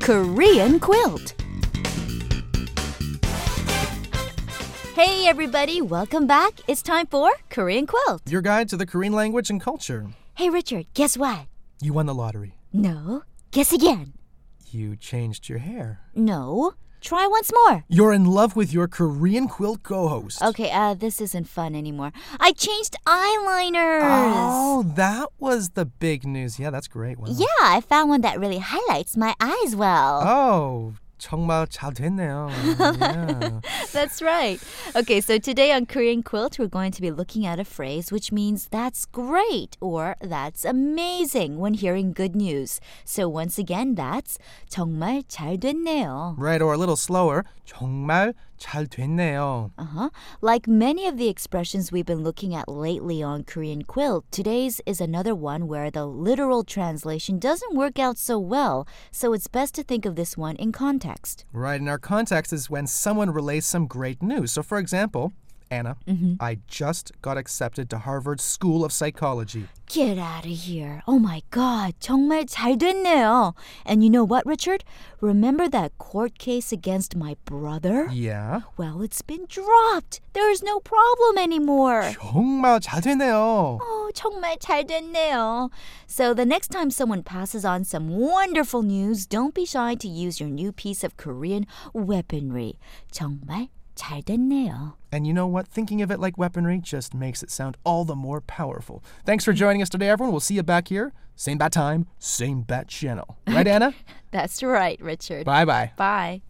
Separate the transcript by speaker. Speaker 1: Korean quilt. Hey everybody, welcome back. It's time for Korean quilt.
Speaker 2: Your guide to the Korean language and culture.
Speaker 1: Hey Richard, guess what?
Speaker 2: You won the lottery.
Speaker 1: No. Guess again.
Speaker 2: You changed your hair.
Speaker 1: No. Try once more.
Speaker 2: You're in love with your Korean quilt co host.
Speaker 1: Okay, uh this isn't fun anymore. I changed eyeliners.
Speaker 2: Oh, that was the big news. Yeah, that's great. Wow.
Speaker 1: Yeah, I found one that really highlights my eyes well.
Speaker 2: Oh, 정말 잘 됐네요. Yeah.
Speaker 1: That's right. Okay, so today on Korean Quilt, we're going to be looking at a phrase which means that's great or that's amazing when hearing good news. So once again, that's 정말 잘 됐네요.
Speaker 2: right, or a little slower. 정말 잘 됐네요.
Speaker 1: Uh-huh. Like many of the expressions we've been looking at lately on Korean Quilt, today's is another one where the literal translation doesn't work out so well, so it's best to think of this one in context.
Speaker 2: Right, and our context is when someone relays some great news. So, for example, Anna, I just got accepted to Harvard School of Psychology.
Speaker 1: Get out of here. Oh my god, 정말 잘 됐네요. And you know what, Richard? Remember that court case against my brother?
Speaker 2: Yeah.
Speaker 1: Well, it's been dropped. There's no problem anymore.
Speaker 2: 정말 잘 됐네요.
Speaker 1: Oh, 정말 잘 됐네요. So the next time someone passes on some wonderful news, don't be shy to use your new piece of Korean weaponry. 정말 잘 됐네요.
Speaker 2: And you know what? Thinking of it like weaponry just makes it sound all the more powerful. Thanks for joining us today, everyone. We'll see you back here. Same bat time, same bat channel. Right, Anna?
Speaker 1: That's right, Richard.
Speaker 2: bye bye.
Speaker 1: Bye.